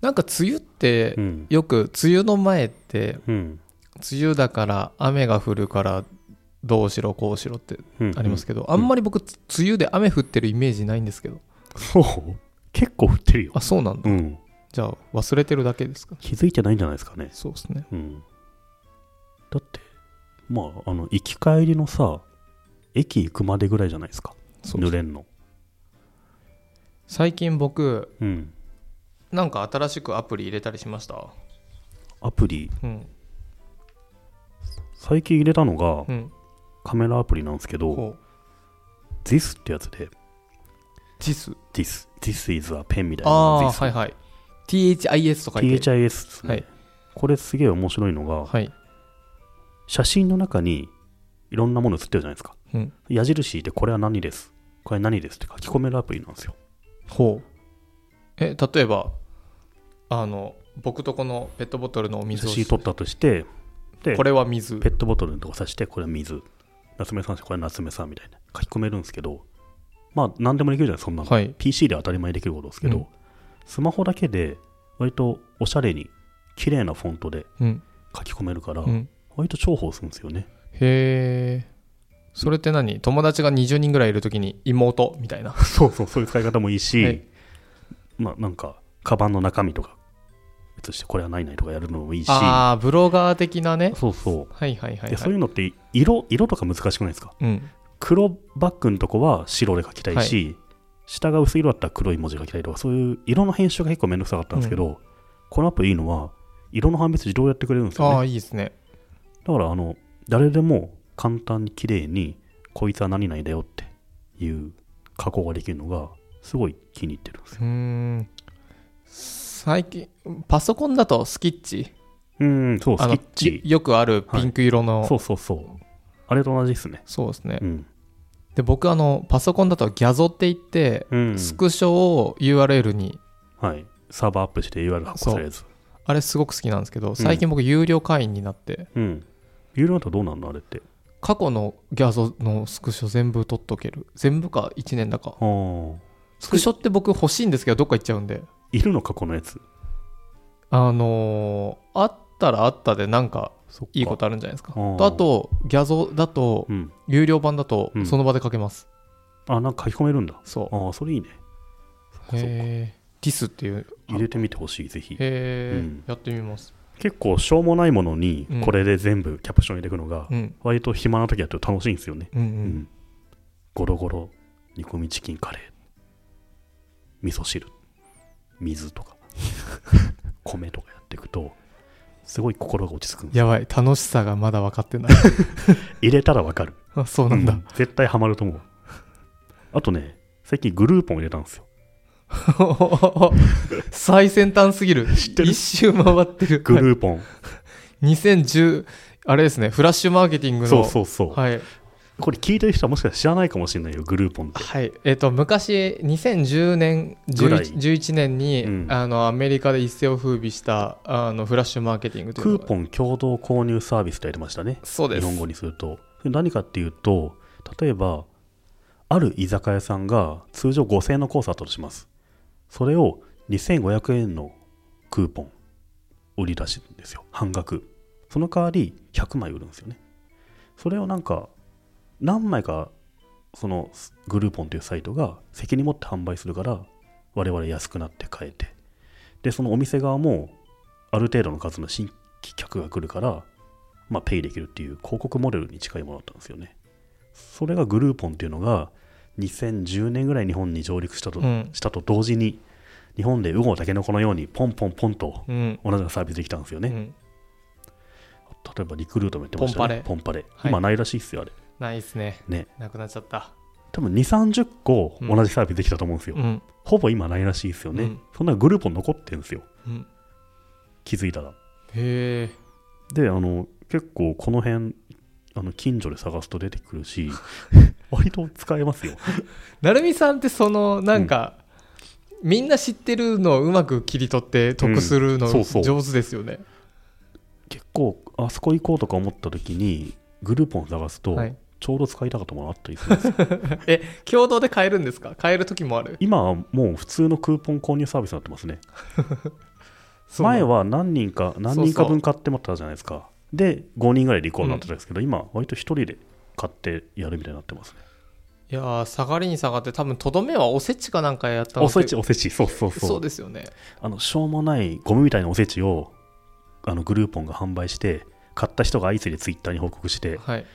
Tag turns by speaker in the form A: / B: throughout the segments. A: なんか梅雨って
B: うん
A: よく梅雨の前って
B: うん
A: 梅雨だから雨が降るからどうしろこうしろって
B: うん
A: ありますけど、あんまり僕梅雨で雨降ってるイメージないんですけど
B: そう結構降ってるよ
A: あそうなんだ
B: うん
A: じゃあ忘れてるだけですか
B: 気づいてないんじゃないですかね
A: そうですね
B: うんだってまああの行き帰りのさ駅行くまでぐらいじゃないですか
A: そう
B: 濡れんの
A: 最近僕
B: うん
A: なんか新しくアプリ入れたりしました
B: アプリ
A: うん
B: 最近入れたのが
A: うん
B: カメラアプリなんですけど
A: こう
B: This ってやつで
A: JIS
B: This This is a pen みたいな
A: ああ
B: This
A: はいはい THIS と書いて
B: THIS ですね、
A: はい
B: これすげえ面白いのが、
A: はい
B: 写真の中にいろんなもの写ってるじゃないですか、
A: うん
B: 矢印でこれは何ですこれ何ですって書き込めるアプリなんですよ
A: ほうえ例えばあの僕とこのペットボトルのお水
B: 写
A: を
B: 真撮ったとしてで
A: これは水
B: ペットボトルのとこ刺してこれは水夏目さんしてこれは夏目さんみたいな書き込めるんですけどまあ何でもできるじゃないそんなの、
A: はい
B: PC で当たり前にできることですけど、
A: うん
B: スマホだけで割とおしゃれに綺麗なフォントで
A: うん
B: 書き込めるから、
A: うん
B: 割と重宝するんです よね
A: へえそれって何友達が20人ぐらいいるときに妹みたいな
B: そうそう、そういう使い方もいいし、
A: はい
B: まあなんか、カバンの中身とか、移してこれはないないとかやるのもいいし、
A: ああブロガー的なね
B: そうそう。
A: はいはいはい
B: で
A: は
B: そう
A: い
B: いうのって色色とか難しくないですか
A: うん
B: 黒バッグのとこは白で書きたいし、下が薄い色だったら黒い文字が書きたいとかそういう色の編集が結構めんどくさかったんですけど、このアプリいいのは色の判別自動でやってくれるんです
A: あ
B: よ
A: あ
B: ね
A: いいですね
B: だからあの誰でも簡単に綺麗にこいつは何々だよっていう加工ができるのがすごい気に入ってるんですよ
A: うーん最近パソコンだとスキッチ
B: うん、そう、スキ
A: あの
B: ッチ。
A: よくあるピンク色の、
B: そうそうそう。あれと同じですね。
A: そうですね、
B: うん。
A: で僕あのパソコンだとギャゾって言って、
B: うん。
A: スクショを URL に
B: はい。サーバーアップして URL 発行されるやつ。
A: あれすごく好きなんですけど最近僕有料会員になって、
B: うん。URL だとどうなんのあれって。
A: 過去のギャゾのスクショ全部取っとける全部か1年だか
B: あー
A: スクショって僕欲しいんですけどどっか行っちゃうんで
B: いるのか、このやつ。
A: あのーあったらあったでなんか
B: そっか
A: いいことあるんじゃないですか
B: あー
A: とあとギャゾだと
B: うん。
A: 有料版だと
B: うん
A: その場で書けます、
B: あ、なんか書き込めるんだ。
A: そ
B: ああ、それいいね。
A: う
B: そっか
A: へえティスっていうあ
B: 入れてみてほしい、ぜひ。
A: へえ、
B: うん
A: やってみます
B: 結構、しょうもないものに
A: うん、
B: これで全部キャプション入れてくのが、
A: うん
B: 割と暇な時やってると楽しいんですよね。
A: うんう
B: うんん。ゴロゴロ、煮込みチキンカレー、味噌汁、水 とか、米とかやっていくと、すごい心が落ち着くんですよ
A: やばい楽しさがまだ分かってない
B: 入れたらわかる。
A: あそうなんだ、
B: う 絶対ハマると思う。あとね、最近グルーポン入れたんですよ。
A: 最先端すぎる
B: ってる
A: 一周回ってる
B: グルーポン。
A: 2010あれですねフラッシュマーケティングの
B: そうそうそう。
A: はい、
B: これ聞いてる人はもしかしたら知らないかもしれないよ、グルーポンって。
A: はい、えっ、と昔2010年
B: ぐらい
A: 11, 11年に、
B: うん
A: あのアメリカで一世を風靡したあのフラッシュマーケティングという
B: ク
A: の
B: ー
A: が
B: ポン共同購入サービスってやってましたね。
A: そうで
B: 日
A: す
B: 本語にすると。何かっていうと、例えば、ある居酒屋さんが通常5000円のコースあったとします。それを2500円のクーポン売り出しですよ。半額。その代わり100枚売るんですよね。それをなんか、何枚かそのグルーポンというサイトが責任持って販売するから、我々安くなって買えて。で、そのお店側もある程度の数の新規客が来るから、まあ、ペイできるっていう広告モデルに近いものだったんですよね。それがグルーポンっていうのが2010年ぐらい日本に上陸したと,、
A: うん
B: したと同時に日本でウゴタケノコのようにポンポンポンと
A: うん
B: 同じようなサービスできたんですよね。
A: うん、
B: 例えばリクルートもやってましたね。ポンパレ。
A: はい
B: 今ないらしいっすよ、あれ。
A: ないですね
B: ね
A: なくなっちゃった、
B: 多分2、30個同じサービスできたと思うんですよ。
A: うん
B: ほぼ今ないらしいっすよね。
A: うん
B: そんなグルーポン残ってんですよ。
A: うん、
B: 気づいたら。
A: へえ
B: であの結構この辺あの近所で探すと出てく るし割と使えますよ
A: 成美さんってそのなんか、みんな知ってるのをうまく切り取って得するの
B: うんそうそう
A: 上手ですよね、
B: 結構あそこ行こうとか思った時にグループを探すと、
A: はい
B: ちょうど使いたかったものあったり するんですよ
A: え共同で買えるんですか買える時もある
B: 今はもう普通のクーポン購入サービスになってますね
A: そう
B: 前は何人か何人か分買って持ってたじゃないですかで5人ぐらいで行こうになってたんですけど、今割と1人で買ってやるみたいになってますね
A: いやー下がりに下がって多分とどめはおせちかなんかやったの
B: おせちおせちそうそうそう
A: そうですよね
B: あのしょうもないゴムみたいなおせちをあのグルーポンが販売して買った人が相次いでツイッターに報告して
A: はい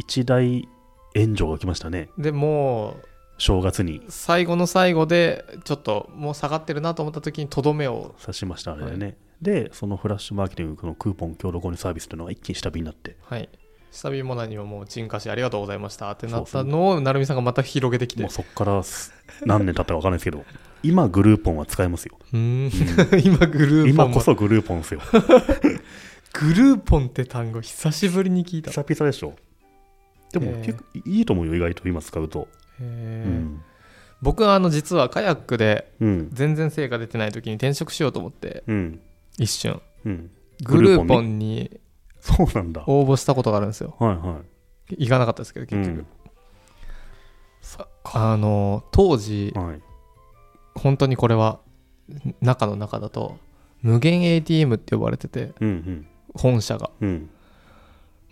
B: 一大炎上が起きましたね
A: でも
B: 正月に
A: う最後の最後でちょっともう下がってるなと思った時にとどめを
B: 刺しましたあれでね、でそのフラッシュマーケティングのクーポン協力購入サービスというのが一気に下火になって
A: はい下火も何ももう沈下しありがとうございましたってなったのを成美さんがまた広げてきて
B: も
A: う
B: うそこからす何年経ったか分かんないですけど今グルーポンは使えますよ
A: ーん 今グルーポン
B: 今
A: も
B: こそグルーポンで すよ
A: グルーポンって単語久しぶりに聞いた
B: 久々でしょでも
A: えー
B: 結構いいと思うよ意外と今使うと、
A: へー
B: うん
A: 僕はあの実はカヤックで
B: うん
A: 全然成果出てない時に転職しようと思って
B: うん
A: 一瞬
B: うん
A: グルーポンに
B: そうなんだは
A: 応募したことがあるんですよ
B: いは
A: 行かなかったですけど
B: い、う
A: 結局、
B: ん、
A: あの当時
B: はい
A: 本当にこれは中の中だと無限 ATM って呼ばれてて
B: うんうん
A: 本社が
B: うん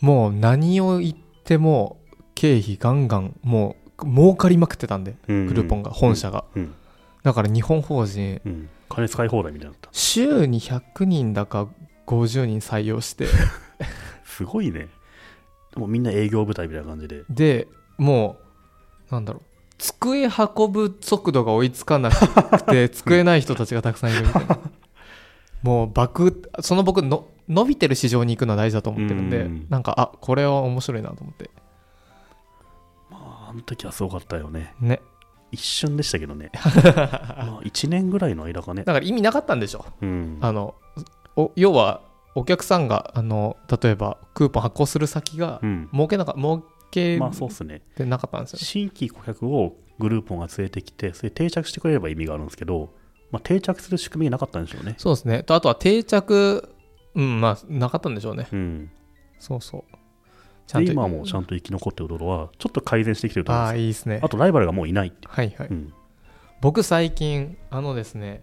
A: もう何を言っても経費ガンガンもう儲かりまくってたんで
B: うん
A: グルーポンが本社が、
B: うん
A: だから日本法人
B: うん金使い放題みたいになった
A: 週に100人だか50人採用して
B: すごいねでもみんな営業部隊みたいな感じで
A: でもうなんだろう机運ぶ速度が追いつかなく て机ない人たちがたくさんいるみたいなもう爆その僕の伸びてる市場に行くのは大事だと思ってるんで
B: うんうん
A: なんかあこれは面白いなと思って
B: ああの時はすごかったよね
A: ね
B: 一瞬でしたけど ね、まあ、1年ぐらいの間かね
A: だから意味なかったんでしょ
B: うん
A: あのお要はお客さんがあの例えばクーポン発行する先が
B: うん
A: 儲けなか儲け
B: まあそうっすね
A: てなかったんですよね、
B: 新規顧客をグループンが連れてきてそれ定着してくれれば意味があるんですけど、まあ、定着する仕組みがなかったんでしょうね
A: そうですねとあとは定着うんまあなかったんでしょうね
B: うん
A: そうそうち
B: で今もちゃんと生き残ってるところはちょっと改善してきてると思うん
A: ああ
B: です
A: いいですね
B: あとライバルがもういないって
A: はいはい、
B: うん
A: 僕最近あのですね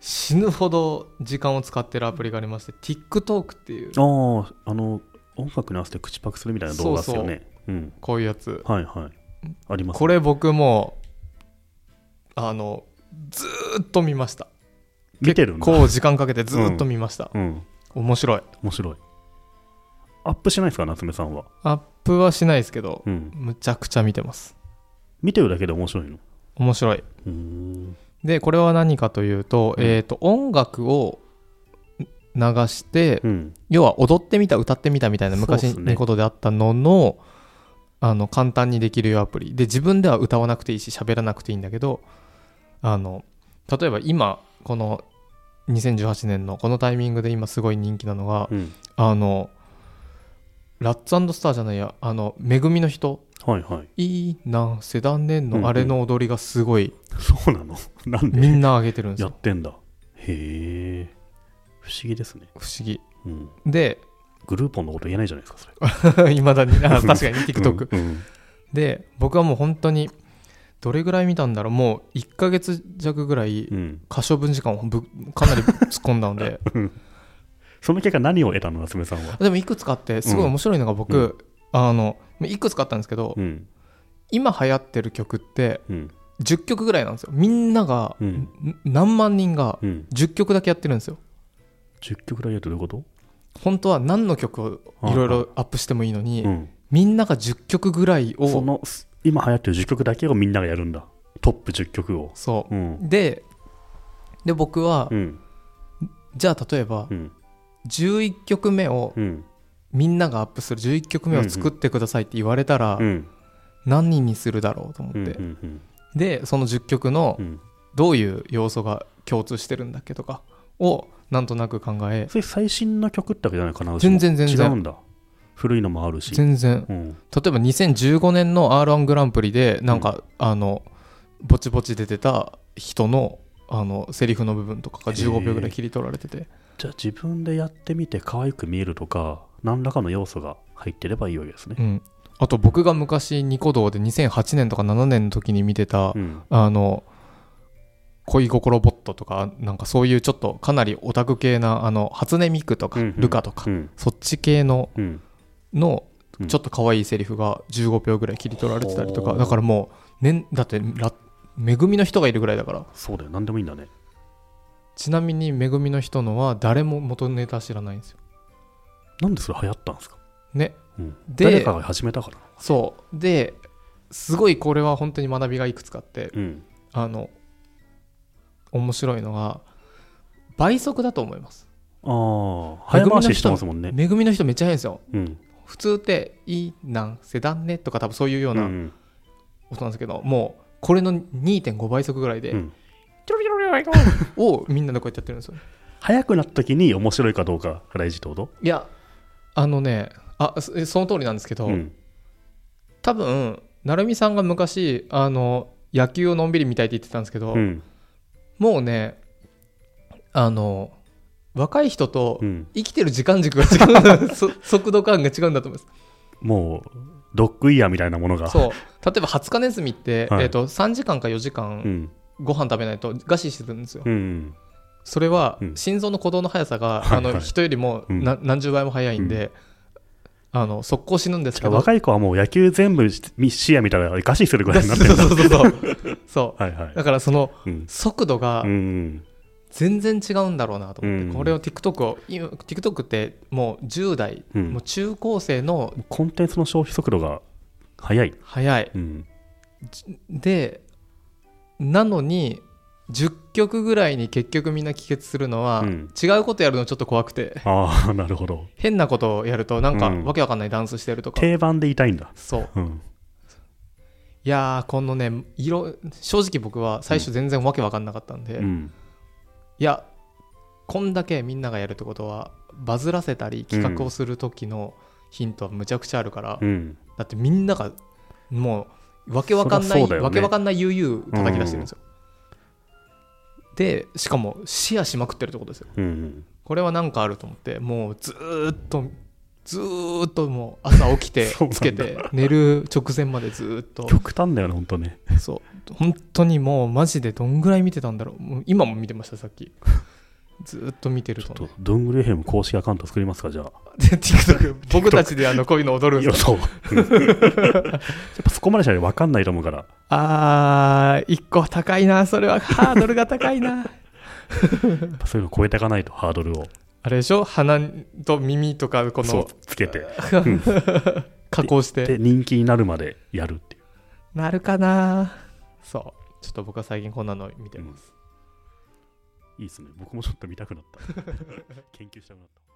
A: 死ぬほど時間を使ってるアプリがありまして TikTok っていう
B: あああの音楽に合わせて口パクするみたいな動画ですよねうん
A: こういうやつ
B: はいはいありますね
A: これ僕もあのずーっと見ました
B: 見てるんだ
A: 結構時間かけてずーっと見ました、
B: うん
A: 面白い
B: 面白いアップしないですか夏目さんは、
A: アップはしないですけど
B: うん、
A: むちゃくちゃ見てます
B: 見てるだけで面白いの
A: 面白いう
B: ーん
A: でこれは何かというと,、
B: うん
A: えー、と音楽を流して、
B: うん
A: 要は踊ってみた歌ってみたみたいな昔
B: そうっすね
A: にことであったのの,、あの簡単にできるよアプリで自分では歌わなくていいし喋らなくていいんだけどあの例えば今この2018年のこのタイミングで今すごい人気なのが
B: うん
A: あのラッツスターじゃないやあの「めぐみの人」
B: はいはい
A: いいなセダンネン
B: うんうん
A: のあれの踊りがすごい
B: そうなの なん
A: み
B: で
A: んな上げてるんです
B: や
A: よ
B: ってんだへえ不思議ですね、
A: 不思議
B: うん、
A: で
B: グルーポンのこと言えないじゃないですかそれ
A: いまだにあ確かに TikTok
B: うんうん
A: で僕はもう本当にどれぐらい見たんだろうもう1ヶ月弱ぐらい
B: うん
A: 可処分時間をぶかなり突っ込んだの で
B: その結果何を得たの夏目さんは
A: でもいくつかあってすごい面白いのが僕、
B: うん
A: あのいくつかあったんですけど、
B: うん
A: 今流行ってる曲って
B: うん
A: 10曲ぐらいなんですよみんなが、
B: うん
A: ん何万人が
B: うん
A: 10曲だけやってるんですよ
B: 10曲らいやるとどういうこと
A: 本当は何の曲をいろいろアップしてもいいのに、
B: うん
A: みんなが10曲ぐらいを
B: そのす今流行ってる10曲だけをみんながやるんだトップ10曲を
A: そう
B: うん
A: でで僕は、
B: うん
A: じゃあ例えば
B: うん
A: 11曲目を
B: うん
A: みんながアップする11曲目を作ってくださいって言われたら、
B: うん
A: 何人にするだろうと思っ
B: う
A: て、
B: んうん
A: でその10曲の
B: うん
A: どういう要素が共通してるんだっけとかをなんとなく考え
B: それ最新の曲ってわけじゃないかな
A: 全然全然
B: 違うんだ古いのもあるし
A: 全然
B: うん
A: 例えば2015年の r 1グランプリでなんか、あのぼちぼち出てた人のあのセリフの部分とかが15秒ぐらい切り取られてて
B: じゃあ自分でやってみて可愛く見えるとか何らかの要素が入ってればいいわけですね
A: うん、あと僕が昔ニコ動で2008年とか7年の時に見てた、
B: うん
A: あの恋心ボットとかなんかそういうちょっとかなりオタク系なあの初音ミクとか
B: うんうん
A: ルカとか、
B: うん
A: そっち系の
B: うん
A: の
B: うん
A: ちょっと可愛いセリフが15秒ぐらい切り取られてたりとか、
B: ほう
A: だからもう、ね、だってラ恵みの人がいるぐらいだから
B: そうだよ何でもいいんだね
A: ちなみに恵みの人のは誰も元ネタ知らないんですよ
B: なんでそれ流行ったんですか、
A: ね
B: うん、
A: で
B: 誰かが始めたから
A: そうですごいこれは本当に学びがいくつかあって
B: うん
A: あの面白いのが倍速だと思います
B: ああ早回ししてますもんね
A: 恵みの人めっちゃ早いんですよ
B: うん
A: 普通って「いいなんせだね」とか多分そういうよう
B: うんう
A: なん音なんですけど、もうこれの2.5倍速ぐらいで、
B: うん
A: ちょろちょろちょろちょろをみんなでこうやってやってるんですよ
B: 早くなった時に面白いかどうかが大事ってこと
A: いやあのねあそその通りなんですけど、
B: うん
A: 多分成美さんが昔あの野球をのんびり見たいって言ってたんですけど、
B: うん
A: もうねあの若い人と
B: うん
A: 生きてる時間軸が違うんだ、そ速度感が違うんだと思いま
B: もうドッグイヤーみたいなものが
A: すそう例えば20日ネズミって、
B: はい
A: えー、と3時間か4時間
B: うん
A: ご飯食べないと餓死してるんですよ、
B: うん
A: それは
B: うん
A: 心臓の鼓動の速さが、
B: はい
A: あの
B: はい
A: 人よりもな、何十倍も速いんで、あの速攻死ぬんです
B: し
A: け
B: か
A: ど
B: も若い子はもう野球全部し視野見たら餓死するぐらいになって
A: そう
B: る
A: そうそうそう そ
B: はいはいう
A: だからその
B: うん
A: 速度が
B: うん
A: 全然違うんだろうなと思って、
B: うん
A: これを TikTok を今 TikTok ってもう10代、
B: うん
A: もう中高生の
B: コンテンツの消費速度が速い、
A: 速い
B: うん、
A: でなのに10曲ぐらいに結局みんな帰結するのは、
B: うん
A: 違うことやるのちょっと怖くて
B: ああなるほ ど
A: 変なことをやるとなんか
B: うん
A: わけわかんないダンスしてるとか、
B: 定番でいたいんだ、
A: そう
B: うん、
A: いやーこのね色正直僕は最初全然わけわかんなかったんで、
B: う
A: い
B: ん
A: やこんだけみんながやるってことはバズらせたり企画をする時のヒントはむちゃくちゃあるから、
B: うん
A: だってみんながもうわけわかんな
B: そり
A: い、
B: ゃそうだよね
A: わけわかんない悠々叩き出してるんですよ、でしかもシェアしまくってるってことですよ
B: うん
A: これは何かあると思ってもうずーっとずーっともう朝起きて
B: そうなんだ
A: つけて寝る直前までずーっと
B: 極端だよね本当ね
A: そう本当にもうマジでどんぐらい見てたんだろうもう今も見てましたさっ きずーっと見てる
B: ちょ
A: と
B: っとドングレヘム公式アカウント作りますかじゃあ
A: で TikTok 僕たちであのこういうの踊るん
B: い
A: で
B: や
A: すよ
B: そうや っぱそこまでじゃ分かんないと思うから
A: あー1個高いなそれ はハードルが高いな
B: やっぱそういうの超えていかないとハードルを
A: あれでしょ鼻と耳とかこ
B: そう
A: の
B: つけて
A: 加工して
B: で人気になるまでやるっていう
A: なるかなそうちょっと僕は最近こんなの見てます
B: いいですね僕もちょっと見たくなった研究したくなった